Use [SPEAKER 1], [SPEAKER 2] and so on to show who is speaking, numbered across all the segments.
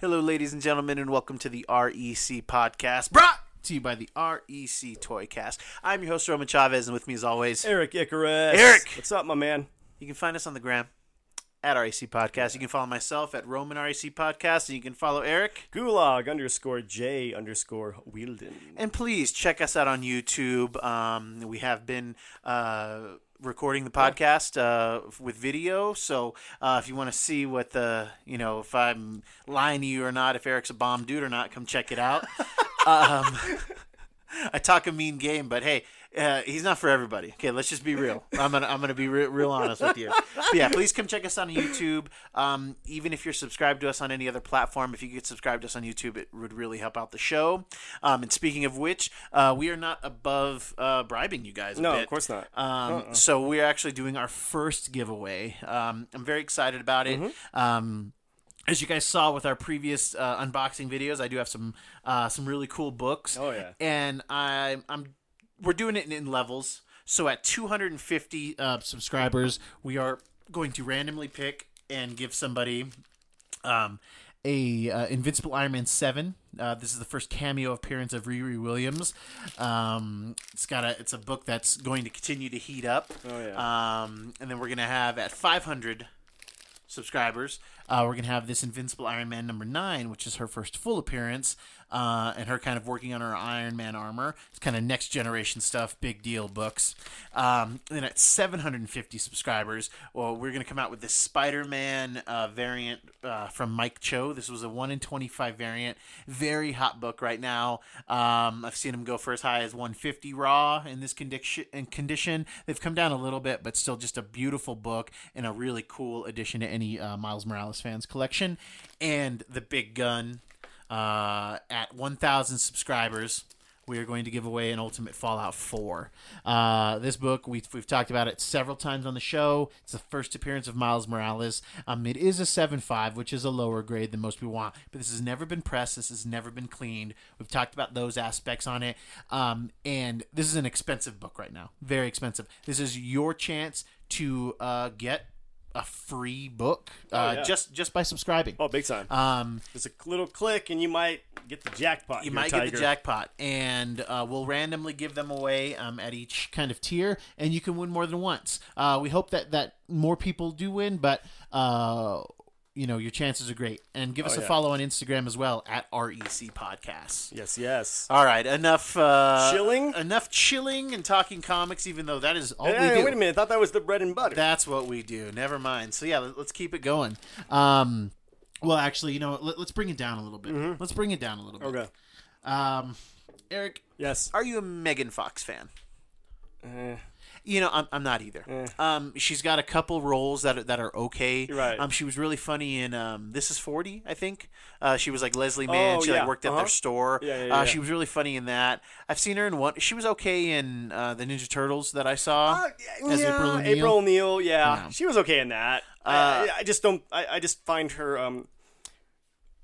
[SPEAKER 1] Hello, ladies and gentlemen, and welcome to the REC podcast, brought to you by the REC Toycast. I'm your host, Roman Chavez, and with me, as always,
[SPEAKER 2] Eric Icarus.
[SPEAKER 1] Eric!
[SPEAKER 2] What's up, my man?
[SPEAKER 1] you can find us on the gram at REC Podcast. You can follow myself at Roman REC Podcast, and you can follow Eric.
[SPEAKER 2] Gulag underscore J underscore Wielden.
[SPEAKER 1] And please check us out on YouTube. Um, we have been uh, recording the podcast uh, with video, so uh, if you want to see what the you know if I'm lying to you or not, if Eric's a bomb dude or not, come check it out. um, I talk a mean game, but hey. Uh, he's not for everybody. Okay, let's just be real. I'm gonna I'm gonna be re- real honest with you. But yeah, please come check us on YouTube. Um, even if you're subscribed to us on any other platform, if you could subscribe to us on YouTube, it would really help out the show. Um, and speaking of which, uh, we are not above uh, bribing you guys. a
[SPEAKER 2] No,
[SPEAKER 1] bit.
[SPEAKER 2] of course not. Uh-uh.
[SPEAKER 1] Um, So we're actually doing our first giveaway. Um, I'm very excited about it.
[SPEAKER 2] Mm-hmm.
[SPEAKER 1] Um, as you guys saw with our previous uh, unboxing videos, I do have some uh, some really cool books.
[SPEAKER 2] Oh, yeah.
[SPEAKER 1] and I'm I'm we're doing it in, in levels. So at 250 uh, subscribers, we are going to randomly pick and give somebody um, a uh, Invincible Iron Man seven. Uh, this is the first cameo appearance of Riri Williams. Um, it's got a it's a book that's going to continue to heat up.
[SPEAKER 2] Oh,
[SPEAKER 1] yeah. Um, and then we're gonna have at five hundred subscribers, uh, we're gonna have this Invincible Iron Man number nine, which is her first full appearance, uh, and her kind of working on her Iron Man armor. It's kind of next generation stuff, big deal books. Um, and then at 750 subscribers, well, we're gonna come out with this Spider Man uh, variant uh, from Mike Cho. This was a one in 25 variant, very hot book right now. Um, I've seen them go for as high as 150 raw in this condition. In condition, they've come down a little bit, but still just a beautiful book and a really cool addition to any uh, Miles Morales fans collection. And the big gun uh, at 1,000 subscribers. We are going to give away an Ultimate Fallout 4. Uh, this book, we've, we've talked about it several times on the show. It's the first appearance of Miles Morales. Um, it is a 7.5, which is a lower grade than most people want, but this has never been pressed. This has never been cleaned. We've talked about those aspects on it. Um, and this is an expensive book right now, very expensive. This is your chance to uh, get a free book uh,
[SPEAKER 2] Oh, yeah.
[SPEAKER 1] just, just by subscribing.
[SPEAKER 2] Oh, big time.
[SPEAKER 1] Um,
[SPEAKER 2] Just a little click and you might get the jackpot.
[SPEAKER 1] you might get the jackpot, and uh, we'll randomly give them away um, at each kind of tier, and you can win more than once. Uh, we hope that that more people do win, but uh, you know your chances are great. And give us a
[SPEAKER 2] Oh, yeah.
[SPEAKER 1] follow on Instagram as well at rec podcasts.
[SPEAKER 2] Yes, yes.
[SPEAKER 1] All right, enough uh,
[SPEAKER 2] Chilling?
[SPEAKER 1] enough chilling, and talking comics. Even though that is all
[SPEAKER 2] Hey,
[SPEAKER 1] we do.
[SPEAKER 2] wait a minute. I thought that was the bread and butter.
[SPEAKER 1] That's what we do. Never mind. So yeah, let- let's keep it going. Um, well, actually, you know, what, let, let's bring it down a little bit. Let's bring it down a little bit.
[SPEAKER 2] Mm-hmm. okay.
[SPEAKER 1] Um, Eric,
[SPEAKER 2] Yes.
[SPEAKER 1] are you a Megan Fox fan?
[SPEAKER 2] Eh.
[SPEAKER 1] You know, I'm, I'm not either. Um, she's got a couple roles that are, that are okay.
[SPEAKER 2] Right.
[SPEAKER 1] Um, she was really funny in um, This Is Forty, I think. Uh, she was like Leslie Mann.
[SPEAKER 2] Oh,
[SPEAKER 1] she
[SPEAKER 2] yeah.
[SPEAKER 1] like worked at
[SPEAKER 2] Uh-huh.
[SPEAKER 1] their store.
[SPEAKER 2] Yeah, yeah, yeah,
[SPEAKER 1] uh, She
[SPEAKER 2] yeah.
[SPEAKER 1] was really funny in that. I've seen her in one. She was okay in uh, the Ninja Turtles that I saw.
[SPEAKER 2] Uh, yeah,
[SPEAKER 1] As April
[SPEAKER 2] April
[SPEAKER 1] O'Neil?
[SPEAKER 2] O'Neil. yeah. She was okay in that. I, I- I just don't. I, I just find her. Um,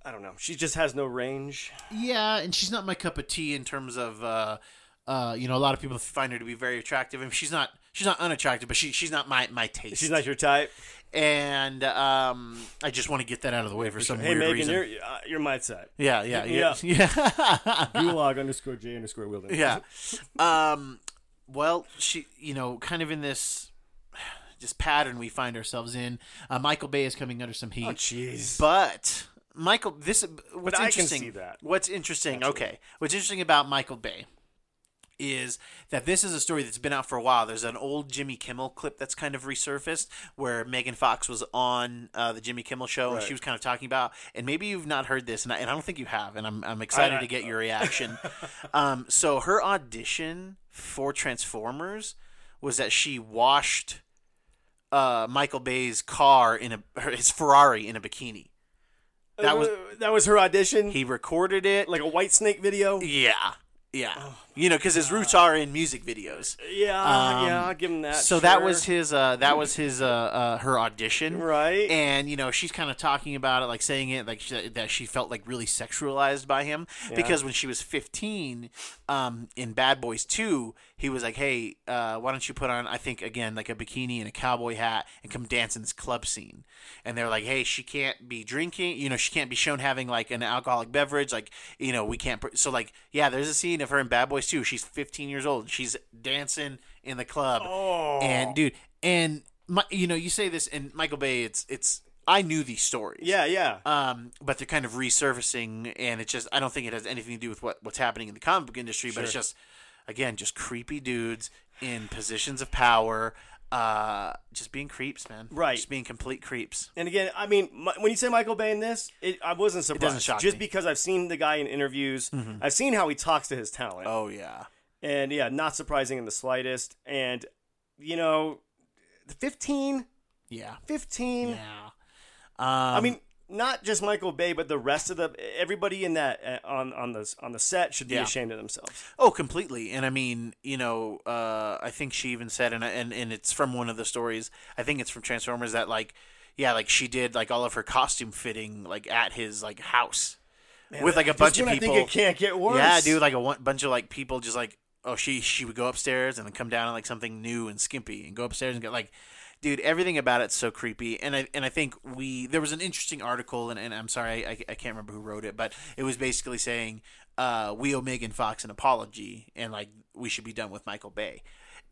[SPEAKER 2] I don't know. She just has no range.
[SPEAKER 1] Yeah, and she's not my cup of tea in terms of uh, uh, you know, a lot of people find her to be very attractive. I mean, she's not she's not unattractive, but she she's not my my taste.
[SPEAKER 2] She's not your type.
[SPEAKER 1] and um, I just want to get that out of the way for some
[SPEAKER 2] Hey,
[SPEAKER 1] weird
[SPEAKER 2] Megan,
[SPEAKER 1] reason.
[SPEAKER 2] you're, uh, you're my type.
[SPEAKER 1] Yeah, yeah,
[SPEAKER 2] me
[SPEAKER 1] yeah,
[SPEAKER 2] up.
[SPEAKER 1] yeah.
[SPEAKER 2] Gulag underscore J underscore Wilden.
[SPEAKER 1] Uh-uh. yeah. Um, well, she, you know, kind of in this just pattern we find ourselves in. Uh, Michael Bay is coming under some
[SPEAKER 2] Oh,
[SPEAKER 1] heat.
[SPEAKER 2] jeez.
[SPEAKER 1] But Michael, this what's
[SPEAKER 2] I can
[SPEAKER 1] interesting.
[SPEAKER 2] see that.
[SPEAKER 1] What's interesting? Okay, what's interesting about Michael Bay is that this is a story that's been out for a while. There's an old Jimmy Kimmel clip that's kind of resurfaced where Megan Fox was on uh, the Jimmy Kimmel show and she was kind of talking about, and maybe you've not heard this, and I, and I don't think you have, and I'm, I'm excited
[SPEAKER 2] I- uh,
[SPEAKER 1] to get your reaction. um, so her audition for Transformers was that she washed uh, Michael Bay's car in a her, his Ferrari in a bikini. That was
[SPEAKER 2] Uh, that was her audition.
[SPEAKER 1] he recorded it.
[SPEAKER 2] like a White Snake video. Yeah,
[SPEAKER 1] yeah, yeah.
[SPEAKER 2] Oh
[SPEAKER 1] you know, because his roots are in music videos. Um,
[SPEAKER 2] yeah. I'll give him that.
[SPEAKER 1] so that
[SPEAKER 2] sure.
[SPEAKER 1] was his uh that was his uh, uh her audition
[SPEAKER 2] Right.
[SPEAKER 1] and you know she's kind of talking about it like saying it like she, that she felt like really sexualized by him because when she was 15 um in bad boys 2 he was like, "Hey, uh, why don't you put on? I think again like a bikini and a cowboy hat and come dance in this club scene." And they're like, "Hey, she can't be drinking. You know, she can't be shown having like an alcoholic beverage. Like, you know, we can't." Pr-. So like, yeah, there's a scene of her in Bad Boys too. She's 15 years old. She's dancing in the club.
[SPEAKER 2] Oh.
[SPEAKER 1] And dude, and my, you know, you say this, and Michael Bay, it's it's. I knew these stories.
[SPEAKER 2] Yeah, yeah.
[SPEAKER 1] Um, but they're kind of resurfacing, and it's just I don't think it has anything to do with what, what's happening in the comic book industry, but it's
[SPEAKER 2] Sure.
[SPEAKER 1] just again just creepy dudes in positions of power, uh, just being creeps, man.
[SPEAKER 2] Right.
[SPEAKER 1] just being complete creeps.
[SPEAKER 2] And again, I mean, my, when you say Michael Bay in this, it, I wasn't surprised.
[SPEAKER 1] shock me.
[SPEAKER 2] just
[SPEAKER 1] Mm-hmm.
[SPEAKER 2] because I've seen the guy in interviews, I've seen how he talks to his talent,
[SPEAKER 1] Oh yeah,
[SPEAKER 2] and yeah, not surprising in the slightest. And you know, the 15,
[SPEAKER 1] yeah,
[SPEAKER 2] 15.
[SPEAKER 1] yeah. Um,
[SPEAKER 2] I mean, not just Michael Bay, but the rest of the everybody in that uh, on on the on the set should be
[SPEAKER 1] Yeah.
[SPEAKER 2] ashamed of themselves.
[SPEAKER 1] Oh, completely. And I mean, you know, uh, I think she even said, and, and and it's from one of the stories. I think it's from Transformers that like, yeah, like she did like all of her costume fitting like at his like house with like a
[SPEAKER 2] Just
[SPEAKER 1] bunch of
[SPEAKER 2] when
[SPEAKER 1] people.
[SPEAKER 2] I think it can't get worse.
[SPEAKER 1] Yeah, dude, like a one, bunch of like people just like, oh, she she would go upstairs and then come down in like something new and skimpy and go upstairs and get like, dude, everything about it's so creepy. And I and I think we there was an interesting article and, and I'm sorry I, I can't remember who wrote it, but it was basically saying uh, we owe Megan Fox an apology and like we should be done with Michael Bay.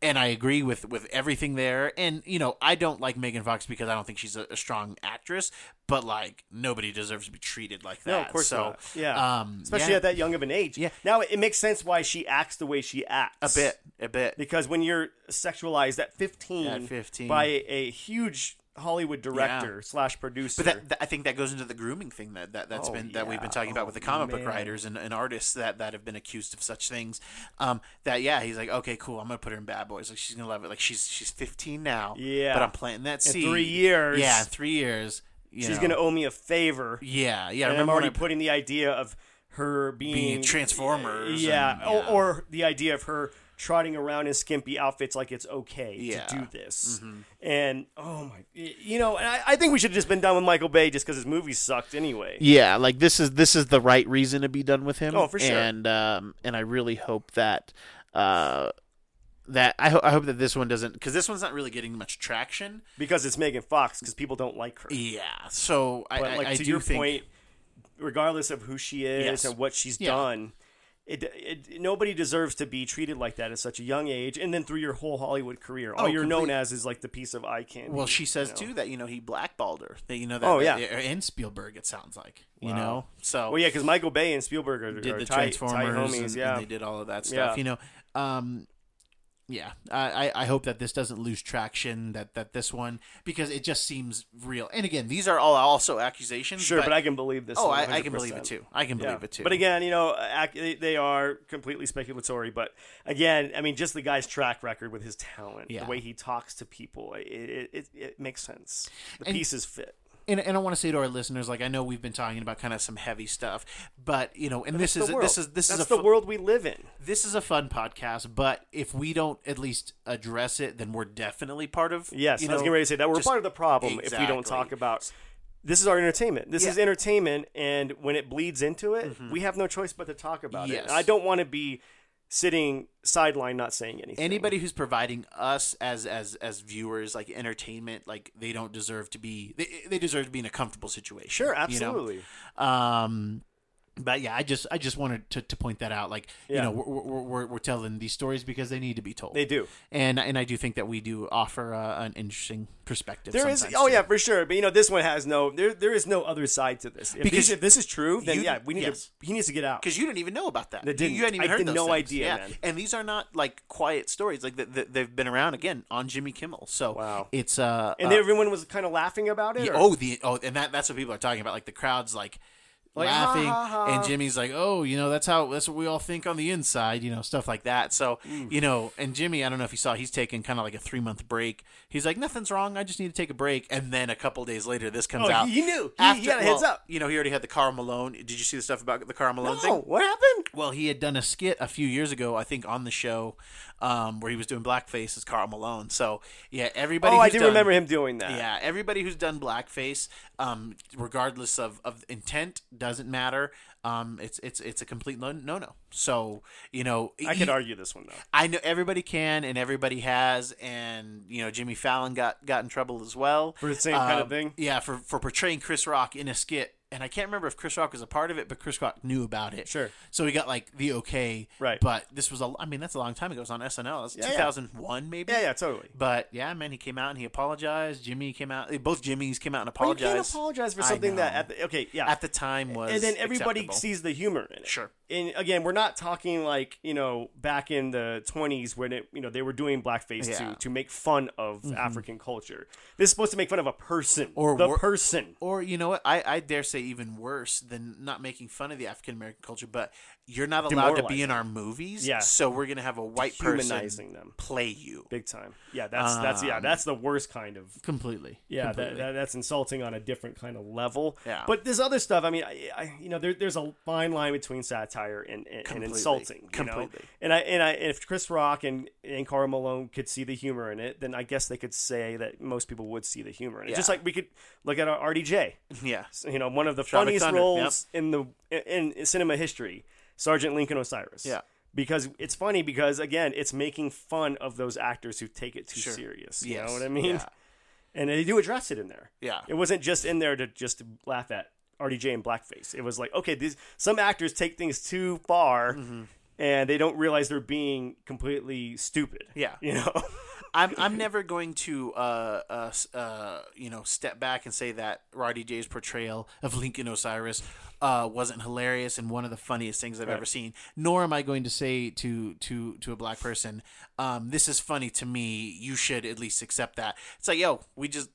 [SPEAKER 1] And I agree with, with everything there. And, you know, I don't like Megan Fox because I don't think she's a, a strong actress, but, like, nobody deserves to be treated like that.
[SPEAKER 2] No, of course
[SPEAKER 1] so,
[SPEAKER 2] not. Yeah,
[SPEAKER 1] Um,
[SPEAKER 2] especially
[SPEAKER 1] yeah.
[SPEAKER 2] at that young of an age.
[SPEAKER 1] Yeah.
[SPEAKER 2] Now it, it makes sense why she acts the way she acts.
[SPEAKER 1] A bit, a bit.
[SPEAKER 2] because when you're sexualized at 15,
[SPEAKER 1] At 15.
[SPEAKER 2] by a huge Hollywood director slash producer,
[SPEAKER 1] But that, that- I think that goes into the grooming thing that, that that's
[SPEAKER 2] Oh,
[SPEAKER 1] been that we've been
[SPEAKER 2] yeah. Oh,
[SPEAKER 1] talking about with the comic book
[SPEAKER 2] man.
[SPEAKER 1] writers and, and artists that, that have been accused of such things. Um, that yeah, he's like, okay, cool, I'm gonna put her in Bad Boys. Like she's gonna love it. Like she's she's 15 now.
[SPEAKER 2] Yeah.
[SPEAKER 1] But I'm planting that seed.
[SPEAKER 2] three years.
[SPEAKER 1] Yeah, in three years. You
[SPEAKER 2] she's
[SPEAKER 1] know.
[SPEAKER 2] going to owe me a favor.
[SPEAKER 1] Yeah, yeah. I
[SPEAKER 2] and I'm
[SPEAKER 1] remember when
[SPEAKER 2] already
[SPEAKER 1] I,
[SPEAKER 2] putting the idea of her being,
[SPEAKER 1] being Transformers.
[SPEAKER 2] yeah,
[SPEAKER 1] and-
[SPEAKER 2] Or, or the idea of her trotting around in skimpy outfits like it's okay
[SPEAKER 1] Yeah. Mm-hmm.
[SPEAKER 2] to do this. And oh my, y- you know, and I, I think we should have just been done with Michael Bay just because his movies sucked anyway.
[SPEAKER 1] yeah like this is this is the right reason to be done with him
[SPEAKER 2] Oh, for sure.
[SPEAKER 1] and um and i really hope that uh that i, ho- I hope that this one doesn't because this one's not really getting much traction
[SPEAKER 2] Because it's Megan Fox, because people don't like her.
[SPEAKER 1] yeah so i
[SPEAKER 2] But
[SPEAKER 1] I-
[SPEAKER 2] like
[SPEAKER 1] I
[SPEAKER 2] to
[SPEAKER 1] do
[SPEAKER 2] your
[SPEAKER 1] think
[SPEAKER 2] point, regardless of who she is
[SPEAKER 1] Yes.
[SPEAKER 2] and what she's
[SPEAKER 1] Yeah.
[SPEAKER 2] done, it, it nobody deserves to be treated like that at such a young age, and then through your whole Hollywood career, all
[SPEAKER 1] Oh,
[SPEAKER 2] you're known
[SPEAKER 1] complete-
[SPEAKER 2] as is like the piece of eye candy.
[SPEAKER 1] well she says too that you know he blackballed her that you know that
[SPEAKER 2] Oh, yeah.
[SPEAKER 1] that- and spielberg it sounds like you know so
[SPEAKER 2] Well, yeah, because Michael Bay and Spielberg are,
[SPEAKER 1] did
[SPEAKER 2] are
[SPEAKER 1] the
[SPEAKER 2] tight, tight
[SPEAKER 1] Transformers
[SPEAKER 2] homies.
[SPEAKER 1] and, and
[SPEAKER 2] yeah,
[SPEAKER 1] they did all of that
[SPEAKER 2] Yeah.
[SPEAKER 1] stuff. You know, um, yeah, I, I- I hope that this doesn't lose traction. That that this one because it just seems real. And again, these are all also accusations.
[SPEAKER 2] sure, but, I can believe this.
[SPEAKER 1] oh,
[SPEAKER 2] one
[SPEAKER 1] I, I can believe it
[SPEAKER 2] 100%.
[SPEAKER 1] too. I can
[SPEAKER 2] Yeah.
[SPEAKER 1] believe it too.
[SPEAKER 2] But again, you know, ac- they- they are completely speculatory. But again, I mean, just the guy's track record with his talent,
[SPEAKER 1] Yeah.
[SPEAKER 2] the way he talks to people, it it, it, it makes sense. The
[SPEAKER 1] And-
[SPEAKER 2] pieces fit.
[SPEAKER 1] and, and I want to say to our listeners, like I know we've been talking about kind of some heavy stuff, but you know, and this
[SPEAKER 2] the
[SPEAKER 1] is
[SPEAKER 2] world.
[SPEAKER 1] this is this
[SPEAKER 2] That's
[SPEAKER 1] is a
[SPEAKER 2] the
[SPEAKER 1] fu-
[SPEAKER 2] world we live in.
[SPEAKER 1] this is a fun podcast. But if we don't at least address it, then we're definitely part of
[SPEAKER 2] Yes,
[SPEAKER 1] You
[SPEAKER 2] I was
[SPEAKER 1] know,
[SPEAKER 2] getting ready to say that we're
[SPEAKER 1] just-
[SPEAKER 2] part of the problem if we don't
[SPEAKER 1] Exactly.
[SPEAKER 2] talk about. This is our entertainment. This is
[SPEAKER 1] Yeah. Mm-hmm.
[SPEAKER 2] entertainment, and when it bleeds into it, we have no choice but to talk about it.
[SPEAKER 1] Yes.
[SPEAKER 2] And I don't want to be sitting sideline not saying anything.
[SPEAKER 1] anybody who's providing us as as as viewers like entertainment like they don't deserve to be they, they deserve to be in a comfortable situation
[SPEAKER 2] sure,
[SPEAKER 1] you know?
[SPEAKER 2] absolutely.
[SPEAKER 1] um but yeah i just i just wanted to, to point that out like you
[SPEAKER 2] Yeah.
[SPEAKER 1] know we're, we're, we're, we're telling these stories because they need to be told
[SPEAKER 2] They do.
[SPEAKER 1] and and i do think that we do offer uh, an interesting perspective
[SPEAKER 2] There is,
[SPEAKER 1] sometimes,
[SPEAKER 2] oh
[SPEAKER 1] too.
[SPEAKER 2] yeah, for sure. But you know, this one has no. There, there is no other side to this. If
[SPEAKER 1] Because
[SPEAKER 2] these- if this is true, then
[SPEAKER 1] you-
[SPEAKER 2] yeah, we need
[SPEAKER 1] yes.
[SPEAKER 2] to. He needs to get out.
[SPEAKER 1] because you didn't even know about that. You-
[SPEAKER 2] didn't.
[SPEAKER 1] You hadn't even
[SPEAKER 2] I
[SPEAKER 1] heard
[SPEAKER 2] had
[SPEAKER 1] those
[SPEAKER 2] no
[SPEAKER 1] things.
[SPEAKER 2] idea,
[SPEAKER 1] Yeah.
[SPEAKER 2] man.
[SPEAKER 1] And these are not like quiet stories. Like th th- they've been around again on Jimmy Kimmel. So
[SPEAKER 2] Wow.
[SPEAKER 1] it's uh
[SPEAKER 2] And
[SPEAKER 1] uh,
[SPEAKER 2] everyone was kind of laughing about it.
[SPEAKER 1] Yeah,
[SPEAKER 2] or-
[SPEAKER 1] oh, the oh, and that that's what people are talking about. Like the crowds, like.
[SPEAKER 2] ha,
[SPEAKER 1] laughing
[SPEAKER 2] ha, ha.
[SPEAKER 1] and Jimmy's like, "Oh, you know, that's how that's what we all think on the inside, you know, stuff like that." So,
[SPEAKER 2] Mm.
[SPEAKER 1] you know, and Jimmy, I don't know if you saw, he's taking kind of like a 3-month break. He's like, "Nothing's wrong. I just need to take a break." And then a couple days later this comes
[SPEAKER 2] Oh,
[SPEAKER 1] out.
[SPEAKER 2] he knew. He- he had a heads
[SPEAKER 1] well,
[SPEAKER 2] up.
[SPEAKER 1] You know, he already had the Carl Malone. Did you see the stuff about the Carl Malone
[SPEAKER 2] oh,
[SPEAKER 1] thing?
[SPEAKER 2] what happened?
[SPEAKER 1] Well, he had done a skit a few years ago, I think, on the show um, where he was doing blackface as Carl Malone. So, yeah, everybody
[SPEAKER 2] Oh, I
[SPEAKER 1] who's
[SPEAKER 2] do
[SPEAKER 1] done-
[SPEAKER 2] remember him doing that.
[SPEAKER 1] yeah, everybody who's done blackface, um, regardless of, of intent, doesn't matter. Um, it's it's it's a complete no no. So you know,
[SPEAKER 2] I could
[SPEAKER 1] he-
[SPEAKER 2] argue this one though.
[SPEAKER 1] I know everybody can and everybody has, and you know Jimmy Fallon got got in trouble as well
[SPEAKER 2] For the same kind of
[SPEAKER 1] Um,
[SPEAKER 2] thing?
[SPEAKER 1] Yeah, for for portraying Chris Rock in a skit, and I can't remember if Chris Rock was a part of it, but Chris Rock knew about it.
[SPEAKER 2] Sure.
[SPEAKER 1] So he got like the okay,
[SPEAKER 2] Right.
[SPEAKER 1] But this was a, I mean that's a long time ago. It was on SNL. It's
[SPEAKER 2] Yeah, yeah.
[SPEAKER 1] 2001 maybe.
[SPEAKER 2] Yeah, yeah, totally.
[SPEAKER 1] But yeah, man, he came out and he apologized. Jimmy came out. eh, Both Jimmys came out and
[SPEAKER 2] But you can't
[SPEAKER 1] apologized.
[SPEAKER 2] apologize for
[SPEAKER 1] I
[SPEAKER 2] something that
[SPEAKER 1] know.
[SPEAKER 2] at the, okay, yeah,
[SPEAKER 1] at the time was
[SPEAKER 2] and then everybody
[SPEAKER 1] acceptable.
[SPEAKER 2] sees the humor in it.
[SPEAKER 1] Sure.
[SPEAKER 2] And again, we're not talking like you know back in the twenties when it you know they were doing blackface
[SPEAKER 1] Yeah. Mm-hmm.
[SPEAKER 2] to to make fun of African culture. This is supposed to make fun of a person
[SPEAKER 1] Or
[SPEAKER 2] the
[SPEAKER 1] wor-
[SPEAKER 2] person.
[SPEAKER 1] or you know what I, I dare say even worse than not making fun of the african american culture but you're not allowed to be in our movies
[SPEAKER 2] Yeah.
[SPEAKER 1] so we're gonna have a white person
[SPEAKER 2] Dehumanizing them.
[SPEAKER 1] play you
[SPEAKER 2] Big time. Yeah, that's that's yeah, that's the worst kind of
[SPEAKER 1] completely
[SPEAKER 2] Um, Yeah, that,
[SPEAKER 1] completely.
[SPEAKER 2] that, that's insulting on a different kind of level.
[SPEAKER 1] Yeah.
[SPEAKER 2] But this other stuff, I mean, I, I you know, there, there's a fine line between satire and, and, and insulting. You know?
[SPEAKER 1] Completely.
[SPEAKER 2] And I and I if Chris Rock and and Carl Malone could see the humor in it, then I guess they could say that most people would see the humor in it. Just
[SPEAKER 1] Yeah.
[SPEAKER 2] like we could look at our RDJ,
[SPEAKER 1] yeah
[SPEAKER 2] you know, one of the
[SPEAKER 1] Tropic
[SPEAKER 2] funniest
[SPEAKER 1] Thunder,
[SPEAKER 2] roles in the in, in cinema history, Sergeant Lincoln Osiris.
[SPEAKER 1] Yeah.
[SPEAKER 2] Because it's funny because again, it's making fun of those actors who take it too serious. You
[SPEAKER 1] Yes.
[SPEAKER 2] know what I mean?
[SPEAKER 1] Yeah.
[SPEAKER 2] and they do address it in there.
[SPEAKER 1] Yeah.
[SPEAKER 2] it wasn't just in there to just laugh at RDJ and blackface. It was like, okay, these some actors take things too far,
[SPEAKER 1] Mm-hmm.
[SPEAKER 2] and they don't realize they're being completely stupid.
[SPEAKER 1] Yeah.
[SPEAKER 2] you know,
[SPEAKER 1] I'm, I'm never going to uh, uh, s- uh, you know step back and say that Roddy J's portrayal of Lincoln Osiris uh, wasn't hilarious and one of the funniest things I've ever seen. Nor am I going to say to to to a black person, um, "This is funny to me. You should at least accept that." It's like, yo, we just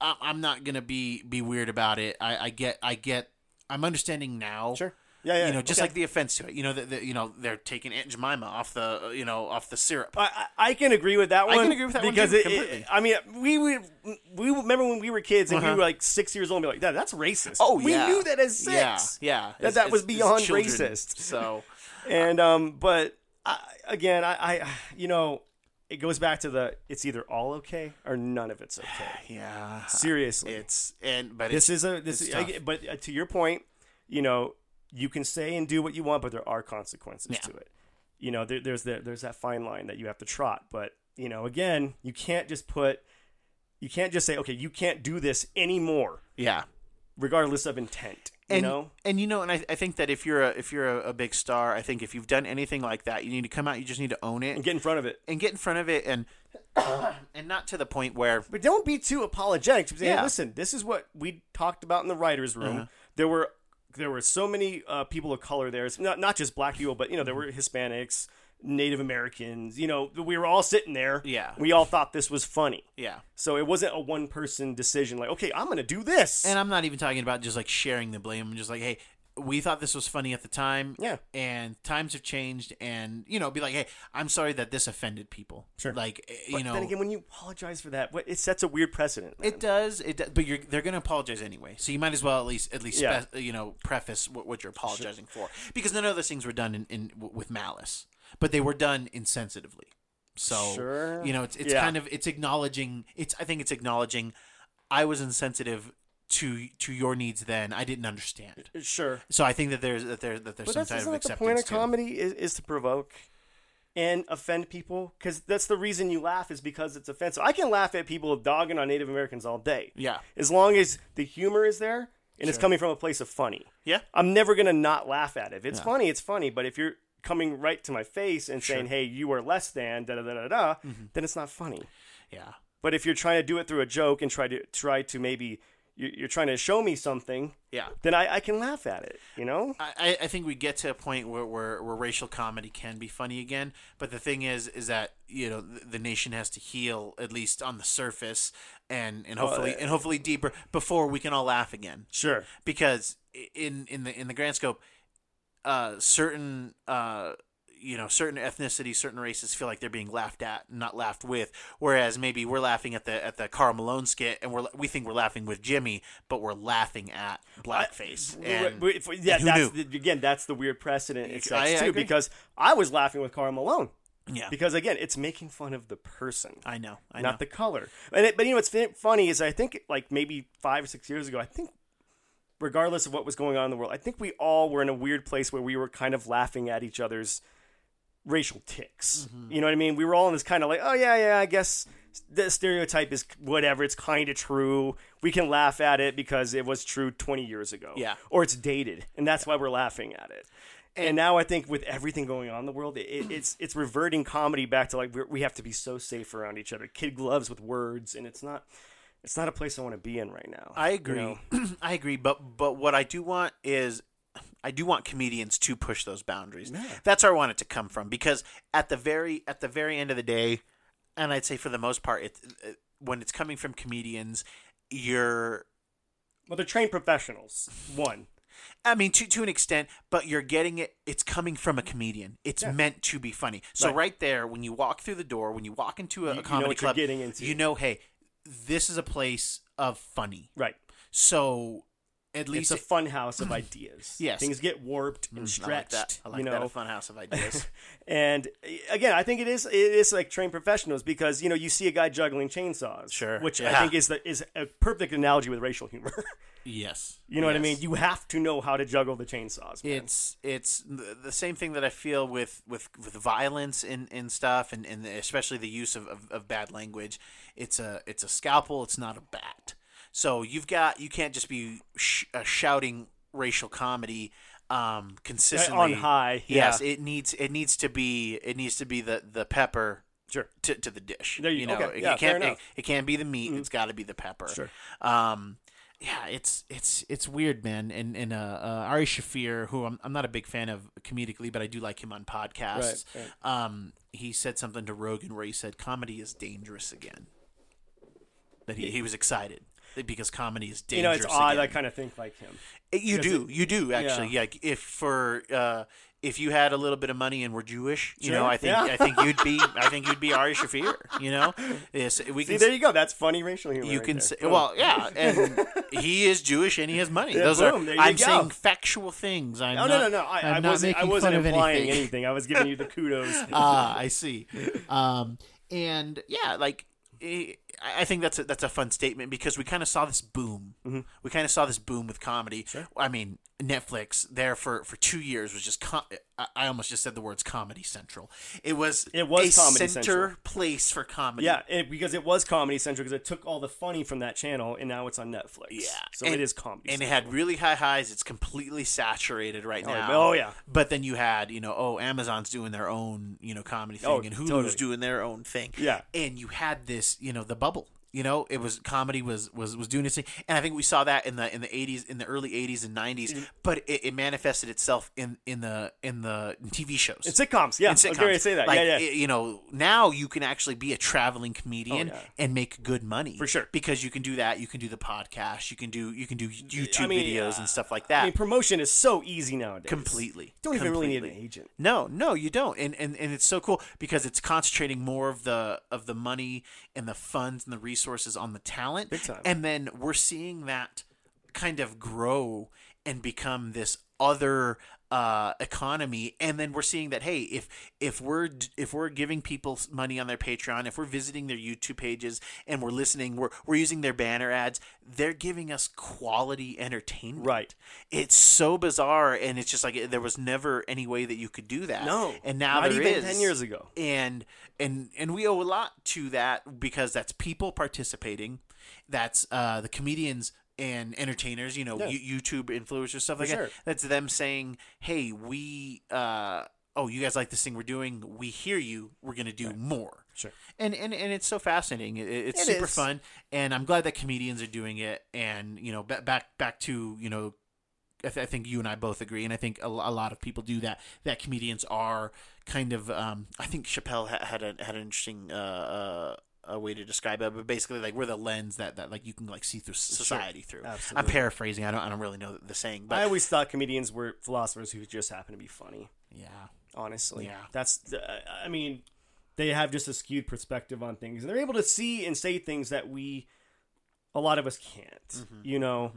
[SPEAKER 1] I- I'm not gonna be be weird about it. I, I get I get I'm understanding now.
[SPEAKER 2] Sure. Yeah, yeah,
[SPEAKER 1] You know, just
[SPEAKER 2] okay.
[SPEAKER 1] like the offense to it. You know, that the, you know they're taking Aunt Jemima off the you know off the syrup.
[SPEAKER 2] I, I I can agree with that one.
[SPEAKER 1] can agree with that one,
[SPEAKER 2] because
[SPEAKER 1] too,
[SPEAKER 2] it- it-
[SPEAKER 1] completely. Uh-huh.
[SPEAKER 2] I mean, we would we would- remember when we were kids and we were like six years old and be like, that, that's racist. we
[SPEAKER 1] Oh, yeah.
[SPEAKER 2] knew that as six.
[SPEAKER 1] Yeah, yeah.
[SPEAKER 2] that
[SPEAKER 1] As-
[SPEAKER 2] that
[SPEAKER 1] as-
[SPEAKER 2] was
[SPEAKER 1] as
[SPEAKER 2] beyond
[SPEAKER 1] children.
[SPEAKER 2] racist.
[SPEAKER 1] So
[SPEAKER 2] and um but I, again I, I you know it goes back to the it's either all okay or none of it's okay
[SPEAKER 1] yeah,
[SPEAKER 2] seriously
[SPEAKER 1] it's and but
[SPEAKER 2] this
[SPEAKER 1] it's,
[SPEAKER 2] is a this
[SPEAKER 1] it's
[SPEAKER 2] is, I
[SPEAKER 1] tough.
[SPEAKER 2] get- but uh, to your point you know you can say and do what you want but there are consequences
[SPEAKER 1] Yeah.
[SPEAKER 2] to it you know there, there's the, there's that fine line that you have to trot but you know again you can't just put you can't just say okay you can't do this anymore
[SPEAKER 1] yeah.
[SPEAKER 2] regardless of intent you
[SPEAKER 1] And,
[SPEAKER 2] know
[SPEAKER 1] and you know, and I, I think that if you're a if you're a, a big star, I think if you've done anything like that, you need to come out. You just need to own it
[SPEAKER 2] and get in front of it
[SPEAKER 1] and get in front of it, and and not to the point where
[SPEAKER 2] But don't be too apologetic. Just say,
[SPEAKER 1] Yeah. Uh-huh.
[SPEAKER 2] Listen, this is what we talked about in the writers' room. There were there were so many uh, people of color there. It's not not just black people, but you know there were Hispanics, Native Americans. You know we were all sitting there.
[SPEAKER 1] Yeah.
[SPEAKER 2] we all thought this was funny.
[SPEAKER 1] yeah.
[SPEAKER 2] So it wasn't a one person decision. Like, okay, I'm gonna do this.
[SPEAKER 1] And I'm not even talking about just like sharing the blame. I'm just like, hey, we thought this was funny at the time.
[SPEAKER 2] Yeah.
[SPEAKER 1] And times have changed, and you know, be like, hey, I'm sorry that this offended people. Sure. Like, eh, you know,
[SPEAKER 2] then again, when you apologize for that, what, it sets a weird precedent. man.
[SPEAKER 1] It does. It does, but you're they're going to apologize anyway. So you might as well at least at least
[SPEAKER 2] Yeah.
[SPEAKER 1] spec- you know preface what, what you're apologizing for because none of those things were done in, in with malice, but they were done insensitively. So
[SPEAKER 2] Sure.
[SPEAKER 1] you know it's it's
[SPEAKER 2] Yeah.
[SPEAKER 1] kind of it's acknowledging it's I think it's acknowledging I was insensitive to to your needs then I didn't understand.
[SPEAKER 2] sure.
[SPEAKER 1] So I think that there's that there that there's
[SPEAKER 2] But
[SPEAKER 1] some
[SPEAKER 2] that's
[SPEAKER 1] type
[SPEAKER 2] isn't
[SPEAKER 1] of
[SPEAKER 2] that the
[SPEAKER 1] acceptance
[SPEAKER 2] point of
[SPEAKER 1] too.
[SPEAKER 2] comedy is, is to provoke and offend people because that's the reason you laugh is because it's offensive. I can laugh at people dogging on Native Americans all day.
[SPEAKER 1] Yeah.
[SPEAKER 2] as long as the humor is there and it's coming from a place of funny.
[SPEAKER 1] Yeah.
[SPEAKER 2] I'm never gonna not laugh at it. If it's funny, it's funny. But if you're coming right to my face and saying, "Hey, you are less than," da da da da da,
[SPEAKER 1] Mm-hmm.
[SPEAKER 2] then it's not funny.
[SPEAKER 1] Yeah.
[SPEAKER 2] But if you're trying to do it through a joke and try to try to maybe you're, you're trying to show me something,
[SPEAKER 1] Yeah.
[SPEAKER 2] then I, I can laugh at it. You know.
[SPEAKER 1] I, I- I think we get to a point where, where where racial comedy can be funny again. But the thing is, is that you know the, the nation has to heal at least on the surface, and and hopefully and hopefully deeper before we can all laugh again.
[SPEAKER 2] Sure.
[SPEAKER 1] Because i- in in the in the grand scope, uh, certain uh, you know certain ethnicities, certain races feel like they're being laughed at, not laughed with. Whereas maybe we're laughing at the at the Carl Malone skit, and we're we think we're laughing with Jimmy, but we're laughing at blackface. and,
[SPEAKER 2] Wait, wait, yeah,
[SPEAKER 1] and who
[SPEAKER 2] that's
[SPEAKER 1] knew?
[SPEAKER 2] the, again, that's the weird precedent it
[SPEAKER 1] I-
[SPEAKER 2] sets
[SPEAKER 1] I
[SPEAKER 2] too,
[SPEAKER 1] agree.
[SPEAKER 2] because I was laughing with Carl Malone
[SPEAKER 1] yeah.
[SPEAKER 2] because again, it's making fun of the person,
[SPEAKER 1] I know. I know.
[SPEAKER 2] not the color. And it, but you know what's fin- funny is I think like maybe five or six years ago, I think regardless of what was going on in the world, I think we all were in a weird place where we were kind of laughing at each other's racial ticks.
[SPEAKER 1] Mm-hmm.
[SPEAKER 2] You know what I mean? We were all in this kind of like, oh yeah, yeah, I guess the stereotype is whatever. It's kind of true. We can laugh at it because it was true 20 years ago.
[SPEAKER 1] Yeah.
[SPEAKER 2] or it's dated, and that's why we're laughing at it. And now I think with everything going on in the world, it, it's it's reverting comedy back to like we're, we have to be so safe around each other, kid gloves with words, and it's not it's not a place I want to be in right now.
[SPEAKER 1] I
[SPEAKER 2] you
[SPEAKER 1] agree.
[SPEAKER 2] know?
[SPEAKER 1] I agree. But but what I do want is I do want comedians to push those boundaries. That's where I want it to come from because at the very at the very end of the day, and I'd say for the most part, it, it when it's coming from comedians, you're
[SPEAKER 2] Well, they're trained professionals. One.
[SPEAKER 1] I mean, to to an extent, but you're getting it. It's coming from a comedian. It's meant to be funny. So right.
[SPEAKER 2] Right.
[SPEAKER 1] there, when you walk through the door, when you walk into a,
[SPEAKER 2] You-
[SPEAKER 1] a
[SPEAKER 2] you know
[SPEAKER 1] comedy
[SPEAKER 2] what you're
[SPEAKER 1] club,
[SPEAKER 2] getting into.
[SPEAKER 1] you know, hey, this is a place of funny.
[SPEAKER 2] Right.
[SPEAKER 1] So at
[SPEAKER 2] It's
[SPEAKER 1] least
[SPEAKER 2] a fun house of ideas.
[SPEAKER 1] Yes.
[SPEAKER 2] Things get warped and
[SPEAKER 1] Mm, I like
[SPEAKER 2] stretched.
[SPEAKER 1] that. I like
[SPEAKER 2] you know?
[SPEAKER 1] that. A fun house of ideas.
[SPEAKER 2] And uh, again, I think it is it is like trained professionals because you know you see a guy juggling chainsaws,
[SPEAKER 1] Sure,
[SPEAKER 2] which
[SPEAKER 1] yeah.
[SPEAKER 2] I think is the, is a perfect analogy with racial humor.
[SPEAKER 1] yes.
[SPEAKER 2] you know what I
[SPEAKER 1] Yes.
[SPEAKER 2] mean? You have to know how to juggle the chainsaws. Man.
[SPEAKER 1] It's it's the the same thing that I feel with with with violence and, and stuff, and, and especially the use of, of, of bad language. It's a it's a scalpel. It's not a bat. So you've got you can't just be sh- uh, shouting racial comedy um, consistently
[SPEAKER 2] on high.
[SPEAKER 1] Yes,
[SPEAKER 2] yeah.
[SPEAKER 1] it needs it needs to be it needs to be the the pepper
[SPEAKER 2] sure.
[SPEAKER 1] to, to the dish.
[SPEAKER 2] There you-
[SPEAKER 1] know,
[SPEAKER 2] okay,
[SPEAKER 1] it,
[SPEAKER 2] yeah,
[SPEAKER 1] it can't
[SPEAKER 2] fair
[SPEAKER 1] it,
[SPEAKER 2] enough. Mm-hmm.
[SPEAKER 1] it can't be the meat. It's got to be the pepper.
[SPEAKER 2] Sure.
[SPEAKER 1] Um, yeah, it's it's it's weird, man. And and uh, uh, Ari Shafir, who I'm, I'm not a big fan of comedically, but I do like him on podcasts.
[SPEAKER 2] Right,
[SPEAKER 1] Um, he said something to Rogan where he said comedy is dangerous again. That he, he was excited that because comedy is
[SPEAKER 2] You
[SPEAKER 1] dangerous.
[SPEAKER 2] know, it's odd.
[SPEAKER 1] again.
[SPEAKER 2] I kind of think like him.
[SPEAKER 1] It- You do, you do actually. Yeah. if for uh, if you had a little bit of money and were Jewish, you know,
[SPEAKER 2] Sure,
[SPEAKER 1] I think
[SPEAKER 2] yeah.
[SPEAKER 1] I think you'd be, I think you'd be Ari Shafir. You know, yes, we
[SPEAKER 2] See,
[SPEAKER 1] can.
[SPEAKER 2] there you go. That's funny racial humor.
[SPEAKER 1] you
[SPEAKER 2] right
[SPEAKER 1] can
[SPEAKER 2] there.
[SPEAKER 1] say,
[SPEAKER 2] Boom.
[SPEAKER 1] well, yeah, and he is Jewish and he has money. Those
[SPEAKER 2] boom,
[SPEAKER 1] are.
[SPEAKER 2] there you
[SPEAKER 1] I'm
[SPEAKER 2] go.
[SPEAKER 1] saying factual things. I'm
[SPEAKER 2] Oh
[SPEAKER 1] not,
[SPEAKER 2] no no no! I,
[SPEAKER 1] I'm
[SPEAKER 2] I
[SPEAKER 1] not
[SPEAKER 2] wasn't. I
[SPEAKER 1] making
[SPEAKER 2] wasn't
[SPEAKER 1] fun of
[SPEAKER 2] implying
[SPEAKER 1] anything.
[SPEAKER 2] anything. I was giving you the kudos.
[SPEAKER 1] ah, I see. Um, and yeah, like eh, I I think that's a, that's a fun statement because we kind of saw this boom.
[SPEAKER 2] Mm-hmm.
[SPEAKER 1] We kind of saw this boom with comedy. I mean, Netflix there for for two years was just com- I- I almost just said the words Comedy Central. It was
[SPEAKER 2] It was
[SPEAKER 1] a
[SPEAKER 2] Comedy
[SPEAKER 1] center
[SPEAKER 2] Central.
[SPEAKER 1] place for comedy.
[SPEAKER 2] yeah, it, because it was Comedy Central because it took all the funny from that channel and now it's on Netflix.
[SPEAKER 1] Yeah,
[SPEAKER 2] so it is Comedy.
[SPEAKER 1] and
[SPEAKER 2] Central.
[SPEAKER 1] it had really high highs. It's completely saturated right now.
[SPEAKER 2] oh, yeah.
[SPEAKER 1] But then you had, you know, oh, Amazon's doing their own, you know, comedy thing,
[SPEAKER 2] Oh,
[SPEAKER 1] and Hulu's
[SPEAKER 2] totally.
[SPEAKER 1] doing their own thing.
[SPEAKER 2] Yeah.
[SPEAKER 1] and you had this, you know, the bubble. You know, it was comedy was was was doing its thing, and I think we saw that in the in the eighties, in the early eighties and nineties.
[SPEAKER 2] Mm-hmm.
[SPEAKER 1] But it, it manifested itself in in the in the TV shows.
[SPEAKER 2] In sitcoms, yeah.
[SPEAKER 1] in
[SPEAKER 2] I was
[SPEAKER 1] sitcoms.
[SPEAKER 2] going to say that.
[SPEAKER 1] Like,
[SPEAKER 2] yeah, yeah.
[SPEAKER 1] it- you know, now you can actually be a traveling comedian
[SPEAKER 2] Oh, yeah.
[SPEAKER 1] and make good money
[SPEAKER 2] For sure.
[SPEAKER 1] because you can do that. You can do the podcast. You can do you can do YouTube
[SPEAKER 2] I mean,
[SPEAKER 1] videos
[SPEAKER 2] uh,
[SPEAKER 1] and stuff like
[SPEAKER 2] I
[SPEAKER 1] that.
[SPEAKER 2] mean, promotion is so easy nowadays.
[SPEAKER 1] completely.
[SPEAKER 2] Don't even really need an
[SPEAKER 1] Completely.
[SPEAKER 2] agent.
[SPEAKER 1] No, no, you don't. And, and and it's so cool because it's concentrating more of the of the money and the funds and the resources on the talent.
[SPEAKER 2] Big time.
[SPEAKER 1] And then we're seeing that kind of grow and become this other uh, economy and then we're seeing that hey if if we're d- if we're giving people s- money on their patreon if we're visiting their youtube pages and we're listening we're, we're using their banner ads they're giving us quality entertainment
[SPEAKER 2] Right.
[SPEAKER 1] it's so bizarre and it's just like it- there was never any way that you could do that
[SPEAKER 2] No,
[SPEAKER 1] and now
[SPEAKER 2] not
[SPEAKER 1] there
[SPEAKER 2] even
[SPEAKER 1] is.
[SPEAKER 2] 10 years ago.
[SPEAKER 1] and and and we owe a lot to that because that's people participating that's uh the comedians and entertainers you know you youtube influencers stuff like
[SPEAKER 2] sure.
[SPEAKER 1] that that's them saying hey we uh oh you guys like this thing we're doing we hear you we're gonna do more
[SPEAKER 2] Sure.
[SPEAKER 1] and, and and it's so fascinating. It, it's
[SPEAKER 2] It
[SPEAKER 1] super
[SPEAKER 2] is.
[SPEAKER 1] fun, and I'm glad that comedians are doing it. And you know, ba- back back to you know, I, th- I think you and I both agree, and I think a, lo- a lot of people do that. That comedians are kind of. Um, I think Chappelle ha- had a, had an interesting. Uh, uh, a way to describe it, but basically, like we're the lens that, that like you can like see through s- society through. I'm
[SPEAKER 2] Absolutely.
[SPEAKER 1] paraphrasing. I don't I don't really know the saying, but
[SPEAKER 2] I always thought comedians were philosophers who just happen to be funny.
[SPEAKER 1] yeah,
[SPEAKER 2] Honestly,
[SPEAKER 1] Yeah.
[SPEAKER 2] That's. the- I I mean, they have just a skewed perspective on things, and they're able to see and say things that we, a lot of us can't.
[SPEAKER 1] Mm-hmm.
[SPEAKER 2] You know,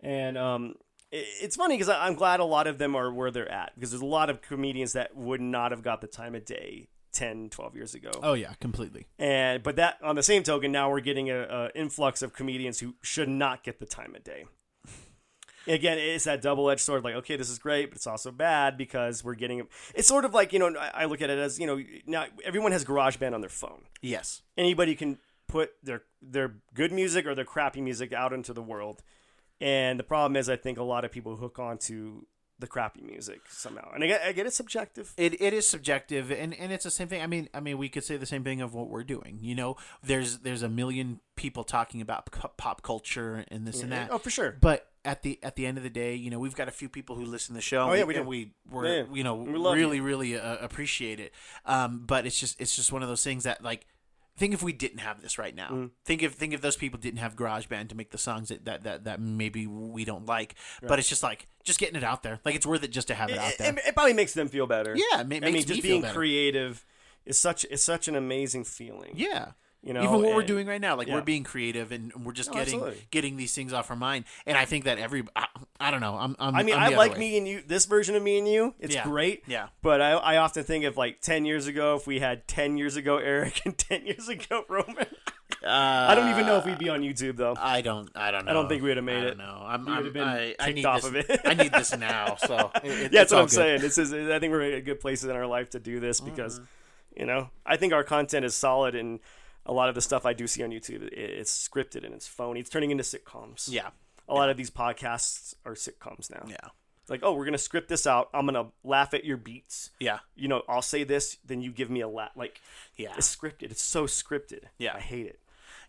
[SPEAKER 2] and um, it, it's funny because I'm glad a lot of them are where they're at because there's a lot of comedians that would not have got the time of day 10, 12 years ago.
[SPEAKER 1] oh yeah, completely.
[SPEAKER 2] And but that on the same token, now we're getting a, a influx of comedians who should not get the time of day. again, it's that double edged sword. Like, okay, this is great, but it's also bad because we're getting. It's sort of like you know, I I look at it as you know, now everyone has GarageBand on their phone.
[SPEAKER 1] Yes.
[SPEAKER 2] Anybody can put their their good music or their crappy music out into the world. And the problem is, I think a lot of people hook on to the crappy music somehow. And I get, I get it's subjective.
[SPEAKER 1] It, it is subjective and, and it's the same thing. I mean I mean we could say the same thing of what we're doing. You know, there's there's a million people talking about p- pop culture and this and that.
[SPEAKER 2] Oh, for sure.
[SPEAKER 1] But at the at the end of the day, you know, we've got a few people who listen to the show.
[SPEAKER 2] Oh, yeah,
[SPEAKER 1] and
[SPEAKER 2] we
[SPEAKER 1] and
[SPEAKER 2] do.
[SPEAKER 1] we were
[SPEAKER 2] Yeah, yeah.
[SPEAKER 1] you know
[SPEAKER 2] We love
[SPEAKER 1] really really uh, appreciate it. Um, but it's just it's just one of those things that like think if we didn't have this right now.
[SPEAKER 2] Mm.
[SPEAKER 1] Think if think if those people didn't have GarageBand to make the songs that that that, that maybe we don't like. But it's just like just getting it out there. Like it's worth it just to have it, out
[SPEAKER 2] It,
[SPEAKER 1] there.
[SPEAKER 2] it- it probably makes them feel better.
[SPEAKER 1] yeah, it ma- makes
[SPEAKER 2] I mean,
[SPEAKER 1] me feel
[SPEAKER 2] just being
[SPEAKER 1] better.
[SPEAKER 2] creative is such is such an amazing feeling.
[SPEAKER 1] Yeah.
[SPEAKER 2] You know,
[SPEAKER 1] even what we're
[SPEAKER 2] and-
[SPEAKER 1] doing right now, like we're
[SPEAKER 2] yeah.
[SPEAKER 1] being creative and we're just
[SPEAKER 2] No,
[SPEAKER 1] getting
[SPEAKER 2] absolutely.
[SPEAKER 1] getting these things off our mind. And I think that every I, I don't know. I'm, I'm
[SPEAKER 2] I mean,
[SPEAKER 1] I'm
[SPEAKER 2] I
[SPEAKER 1] the other
[SPEAKER 2] like
[SPEAKER 1] way.
[SPEAKER 2] me and you. This version of me and you, it's
[SPEAKER 1] Yeah.
[SPEAKER 2] great.
[SPEAKER 1] Yeah.
[SPEAKER 2] But I, I often think of like ten years ago. If we had ten years ago Eric and ten years ago Roman,
[SPEAKER 1] Uh,
[SPEAKER 2] I don't even know if we'd be on YouTube though.
[SPEAKER 1] I don't. I don't. Know.
[SPEAKER 2] I don't think we would've made
[SPEAKER 1] I don't
[SPEAKER 2] it.
[SPEAKER 1] know. I'm.
[SPEAKER 2] We
[SPEAKER 1] I'm
[SPEAKER 2] would've been
[SPEAKER 1] I, I
[SPEAKER 2] kicked
[SPEAKER 1] need
[SPEAKER 2] off
[SPEAKER 1] this,
[SPEAKER 2] of it.
[SPEAKER 1] I need this now. So it- it-
[SPEAKER 2] yeah,
[SPEAKER 1] it's
[SPEAKER 2] that's what
[SPEAKER 1] all
[SPEAKER 2] I'm
[SPEAKER 1] good.
[SPEAKER 2] saying. This is I think we're at good places in our life to do this because
[SPEAKER 1] Mm-hmm.
[SPEAKER 2] you know I think our content is solid and a lot of the stuff I do see on YouTube it, it's scripted and it's phony. It's turning into sitcoms.
[SPEAKER 1] Yeah.
[SPEAKER 2] a lot of these podcasts are sitcoms now.
[SPEAKER 1] Yeah.
[SPEAKER 2] It's like, oh, we're gonna script this out. I'm gonna laugh at your beats.
[SPEAKER 1] Yeah.
[SPEAKER 2] You know, I'll say this, then you give me a laugh. Like,
[SPEAKER 1] Yeah.
[SPEAKER 2] it's scripted. It's so scripted.
[SPEAKER 1] Yeah.
[SPEAKER 2] I hate it.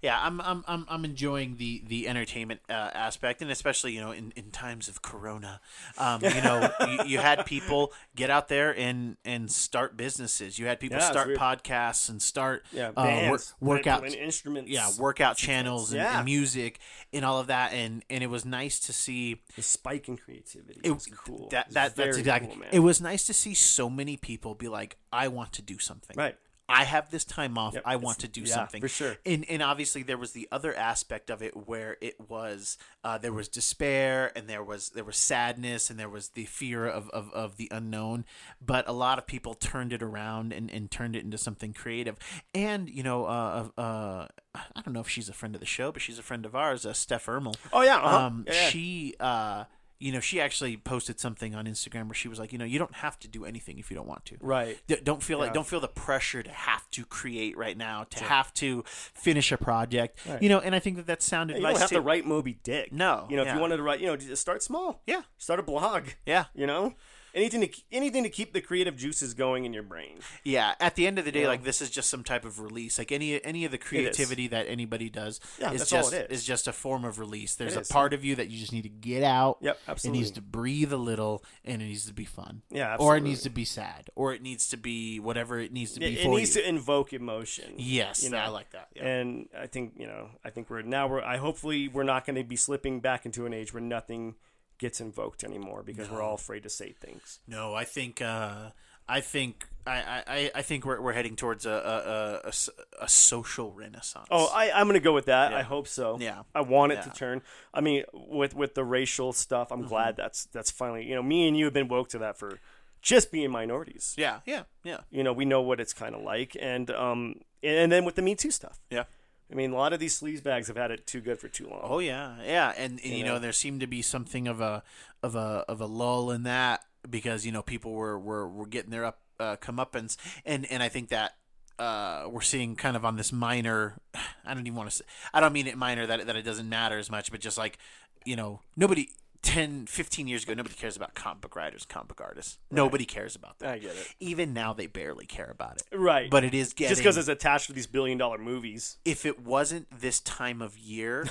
[SPEAKER 1] Yeah. I'm. I'm. I'm. I'm enjoying the the entertainment uh, aspect, and especially you know in, in times of Corona, um, you know you, you had people get out there and and start businesses. You had people
[SPEAKER 2] Yeah, it's
[SPEAKER 1] start
[SPEAKER 2] weird.
[SPEAKER 1] podcasts and start
[SPEAKER 2] Yeah,
[SPEAKER 1] uh, wor-
[SPEAKER 2] bands,
[SPEAKER 1] workout
[SPEAKER 2] manipulating instruments.
[SPEAKER 1] yeah workout channels and, and
[SPEAKER 2] Yeah.
[SPEAKER 1] music and all of that and and it was nice to see
[SPEAKER 2] the spike in creativity.
[SPEAKER 1] it
[SPEAKER 2] was cool.
[SPEAKER 1] that,
[SPEAKER 2] It's
[SPEAKER 1] that that's
[SPEAKER 2] very
[SPEAKER 1] exactly
[SPEAKER 2] cool, man.
[SPEAKER 1] it was nice to see so many people be like i want to do something
[SPEAKER 2] right.
[SPEAKER 1] I have this time off. I want to
[SPEAKER 2] it's-
[SPEAKER 1] do
[SPEAKER 2] yeah,
[SPEAKER 1] something
[SPEAKER 2] for sure.
[SPEAKER 1] And and obviously there was the other aspect of it where it was uh, there was despair and there was there was sadness and there was the fear of, of, of the unknown. But a lot of people turned it around and, and turned it into something creative. And you know, uh, uh, I don't know if she's a friend of the show, but she's a friend of ours, uh, Steph Ermel.
[SPEAKER 2] Oh yeah. uh-huh.
[SPEAKER 1] Um,
[SPEAKER 2] Yeah, yeah.
[SPEAKER 1] she, uh, you know, she actually posted something on Instagram where she was like, you know, you don't have to do anything if you don't want to.
[SPEAKER 2] Right.
[SPEAKER 1] D- don't feel like don't feel the pressure to have to create right now, to have to finish a project. You know, and I think that that sounded
[SPEAKER 2] You
[SPEAKER 1] nice
[SPEAKER 2] don't have
[SPEAKER 1] too.
[SPEAKER 2] to write Moby Dick.
[SPEAKER 1] No,
[SPEAKER 2] You know, if
[SPEAKER 1] yeah.
[SPEAKER 2] you wanted to write, you know, just start small.
[SPEAKER 1] Yeah.
[SPEAKER 2] Start a blog.
[SPEAKER 1] Yeah.
[SPEAKER 2] You know, anything to anything to keep the creative juices going in your brain.
[SPEAKER 1] Yeah, at the end of the day, like this is just some type of release. Like any any of the creativity that anybody does
[SPEAKER 2] Yeah,
[SPEAKER 1] is
[SPEAKER 2] that's all
[SPEAKER 1] just
[SPEAKER 2] it is.
[SPEAKER 1] just a form of release. There's a
[SPEAKER 2] is.
[SPEAKER 1] part of you that you just need to get out.
[SPEAKER 2] Yep,
[SPEAKER 1] It needs
[SPEAKER 2] absolutely.
[SPEAKER 1] to breathe a little, and it needs to be fun.
[SPEAKER 2] Yeah,
[SPEAKER 1] or it needs
[SPEAKER 2] absolutely.
[SPEAKER 1] to be sad, or it needs to be whatever it needs to be
[SPEAKER 2] It, it
[SPEAKER 1] for
[SPEAKER 2] needs
[SPEAKER 1] you.
[SPEAKER 2] to invoke emotion.
[SPEAKER 1] yes,
[SPEAKER 2] you
[SPEAKER 1] I
[SPEAKER 2] know,
[SPEAKER 1] like that. Yeah.
[SPEAKER 2] And I think you know, I think we're now we're I hopefully we're not going to be slipping back into an age where nothing gets invoked anymore because we're all afraid to say things.
[SPEAKER 1] No, I think uh, I think I, I- I, I think we're, we're heading towards a a- a, a s- a social renaissance.
[SPEAKER 2] Oh, I, I'm going to go with that. I hope so.
[SPEAKER 1] Yeah.
[SPEAKER 2] I want it to
[SPEAKER 1] Yeah.
[SPEAKER 2] turn. I mean, with with the racial stuff, I'm glad
[SPEAKER 1] Mm-hmm.
[SPEAKER 2] that's that's finally you know me and you have been woke to that for just being minorities.
[SPEAKER 1] yeah, yeah, yeah,
[SPEAKER 2] You know, we know what it's kind of like, and um, and then with the Me Too stuff.
[SPEAKER 1] yeah.
[SPEAKER 2] I mean, a lot of these sleaze bags have had it too good for too long.
[SPEAKER 1] Oh yeah, yeah, and, and you, know,
[SPEAKER 2] know.
[SPEAKER 1] there seemed to be something of a of a of a lull in that because you know people were were, were getting their up uh, comeuppance, and and I think that uh, we're seeing kind of on this minor. I don't even want to. say I don't mean it minor that that it doesn't matter as much, but just like you know nobody. 10 15 years ago nobody cares about comic book writers comic book artists nobody cares about that
[SPEAKER 2] I get it.
[SPEAKER 1] even now they barely care about it
[SPEAKER 2] Right.
[SPEAKER 1] Oh, but it is getting
[SPEAKER 2] just because it's attached to these billion dollar movies.
[SPEAKER 1] if it wasn't this time of year,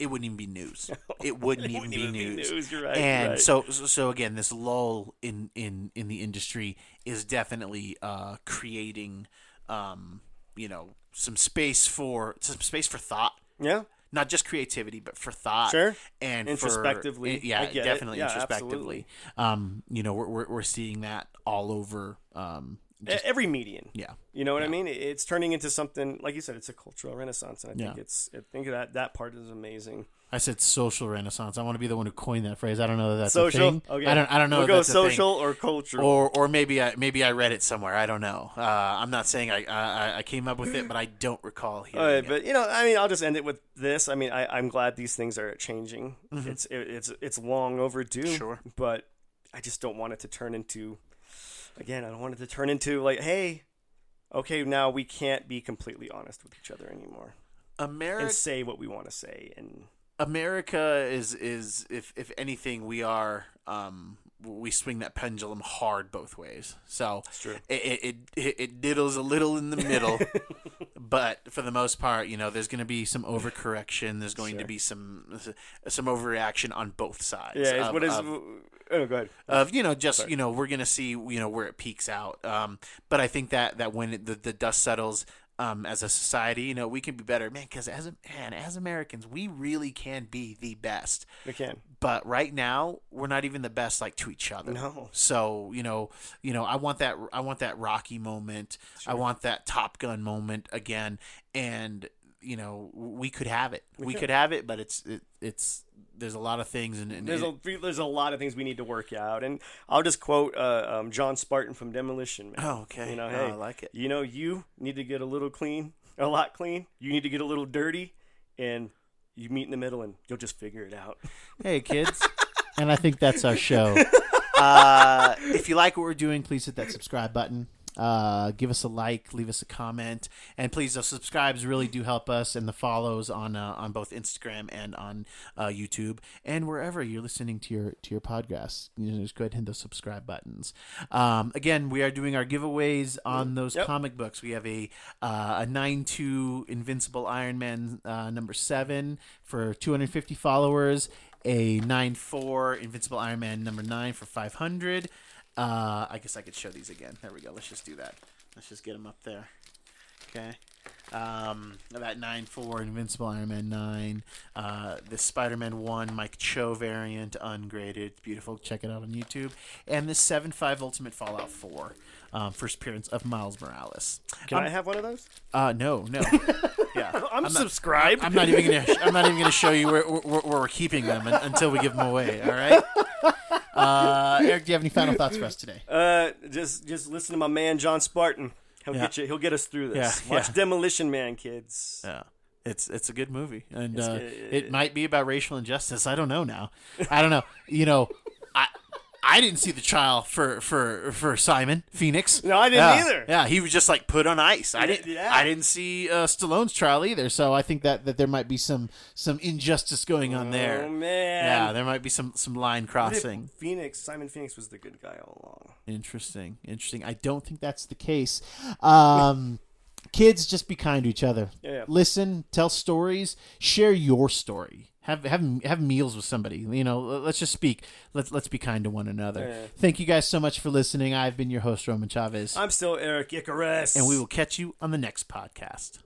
[SPEAKER 1] it wouldn't even be news. It wouldn't, even, be,
[SPEAKER 2] even be
[SPEAKER 1] news.
[SPEAKER 2] news, you're right,
[SPEAKER 1] And
[SPEAKER 2] you're right.
[SPEAKER 1] so, so, so again, this lull in in in the industry is definitely uh, creating, um, you know, some space for some space for thought.
[SPEAKER 2] Yeah.
[SPEAKER 1] Not just creativity, but for thought
[SPEAKER 2] Sure.
[SPEAKER 1] and for- eh,
[SPEAKER 2] Introspectively.
[SPEAKER 1] yeah,
[SPEAKER 2] I get it.
[SPEAKER 1] definitely
[SPEAKER 2] Yeah,
[SPEAKER 1] introspectively. Um, you know, we're, we're we're seeing that all over. Um,
[SPEAKER 2] E- every median.
[SPEAKER 1] Yeah.
[SPEAKER 2] You know what I mean? It- It's turning into something like you said. It's a cultural renaissance, and I think
[SPEAKER 1] Yeah.
[SPEAKER 2] it's. I think that that part is amazing.
[SPEAKER 1] I said social renaissance. I want to be the one who coined that phrase. I don't know that that's a
[SPEAKER 2] Social.
[SPEAKER 1] thing.
[SPEAKER 2] Okay.
[SPEAKER 1] I don't. I don't know.
[SPEAKER 2] We'll
[SPEAKER 1] if
[SPEAKER 2] go
[SPEAKER 1] that's a thing.
[SPEAKER 2] social or cultural.
[SPEAKER 1] Or, or maybe I maybe I read it somewhere. I don't know. Uh, I'm not saying I, I I came up with it, but I don't recall hearing
[SPEAKER 2] All right,
[SPEAKER 1] it.
[SPEAKER 2] but you know, I mean, I'll just end it with this. I mean, I, I'm glad these things are changing. It's it, it's it's long overdue.
[SPEAKER 1] Mm-hmm. Sure.
[SPEAKER 2] but I just don't want it to turn into. Again, I don't want it to turn into like, hey, okay, now we can't be completely honest with each other anymore
[SPEAKER 1] America
[SPEAKER 2] and say what we want to say. And
[SPEAKER 1] America is is if if anything we are um we swing that pendulum hard both ways. So
[SPEAKER 2] true.
[SPEAKER 1] it it, it it diddles a little in the middle, but for the most part, you know, there's going to be some overcorrection. There's going to be some some overreaction on both sides.
[SPEAKER 2] yeah, it's
[SPEAKER 1] of-
[SPEAKER 2] what is?
[SPEAKER 1] of-
[SPEAKER 2] oh, go ahead.
[SPEAKER 1] of you know just you know we're gonna see you know where it peaks out um but i think that that when it, the, the dust settles um as a society you know we can be better man because as a man as americans we really can be the best
[SPEAKER 2] We can.
[SPEAKER 1] but right now we're not even the best like to each other
[SPEAKER 2] No.
[SPEAKER 1] so you know you know i want that i want that rocky moment i want that top gun moment again and you know we could have it we, could have it but it's it, it's there's a lot of things and, and
[SPEAKER 2] There's
[SPEAKER 1] it-
[SPEAKER 2] a there's a lot of things we need to work out, and I'll just quote uh, um, John Spartan from Demolition Man.
[SPEAKER 1] Oh, okay.
[SPEAKER 2] You know,
[SPEAKER 1] Oh,
[SPEAKER 2] hey,
[SPEAKER 1] I like it.
[SPEAKER 2] You know, you need to get a little clean, a lot clean. You need to get a little dirty, and you meet in the middle, and you'll just figure it out.
[SPEAKER 1] Hey, kids. and I think that's our show. Uh, if you like what we're doing, please hit that subscribe button. Uh, give us a like, leave us a comment, and please those subscribes really do help us, and the follows on uh, on both Instagram and on uh, YouTube and wherever you're listening to your to your podcasts. You know, just go ahead and hit those subscribe buttons. Um, again, we are doing our giveaways on those
[SPEAKER 2] Yep.
[SPEAKER 1] comic books. We have a uh, a nine two Invincible Iron Man uh, number seven for 250 followers, a 9-4 Invincible Iron Man number 9 for 500. Uh, I guess I could show these again. There we go. Let's just do that. Let's just get them up there. Okay. Um, that 9-4 Invincible Iron Man 9. Uh, the Spider-Man 1 Mike Cho variant, ungraded. It's beautiful. Check it out on YouTube. And the 7-5 Ultimate Fallout 4. Um, first appearance of Miles Morales. Um,
[SPEAKER 2] Can I have one of those?
[SPEAKER 1] Uh, no, no. yeah.
[SPEAKER 2] I'm, subscribed.
[SPEAKER 1] I'm not even gonna. I'm not even gonna show you where, where, where we're keeping them un- until we give them away. All right. Uh, Eric, do you have any final thoughts for us today?
[SPEAKER 2] uh, just just listen to my man John Spartan. He'll
[SPEAKER 1] Yeah.
[SPEAKER 2] get you. He'll get us through this.
[SPEAKER 1] Yeah,
[SPEAKER 2] Watch
[SPEAKER 1] yeah.
[SPEAKER 2] Demolition Man, kids.
[SPEAKER 1] Yeah, it's it's a good movie, and uh,
[SPEAKER 2] good.
[SPEAKER 1] it might be about racial injustice. I don't know now. I don't know. You know, I I didn't see the trial for for for Simon Phoenix.
[SPEAKER 2] No, I didn't
[SPEAKER 1] Yeah.
[SPEAKER 2] either.
[SPEAKER 1] Yeah, he was just like put on ice. I didn't.
[SPEAKER 2] yeah.
[SPEAKER 1] I didn't see uh, Stallone's trial either. So I think that that there might be some some injustice going on there.
[SPEAKER 2] Oh man.
[SPEAKER 1] Yeah, there might be some some line
[SPEAKER 2] What if
[SPEAKER 1] crossing.
[SPEAKER 2] Phoenix, Simon Phoenix was the good guy all along.
[SPEAKER 1] Interesting, interesting. I don't think that's the case. Um, kids, just be kind to each other.
[SPEAKER 2] Yeah.
[SPEAKER 1] Listen, tell stories, share your story. Have have have meals with somebody. You know, l- let's just speak. Let's let's be kind to one another.
[SPEAKER 2] Yeah.
[SPEAKER 1] Thank you guys so much for listening. I've been your host Roman Chavez,
[SPEAKER 2] I'm still Eric Icarus,
[SPEAKER 1] and we will catch you on the next podcast.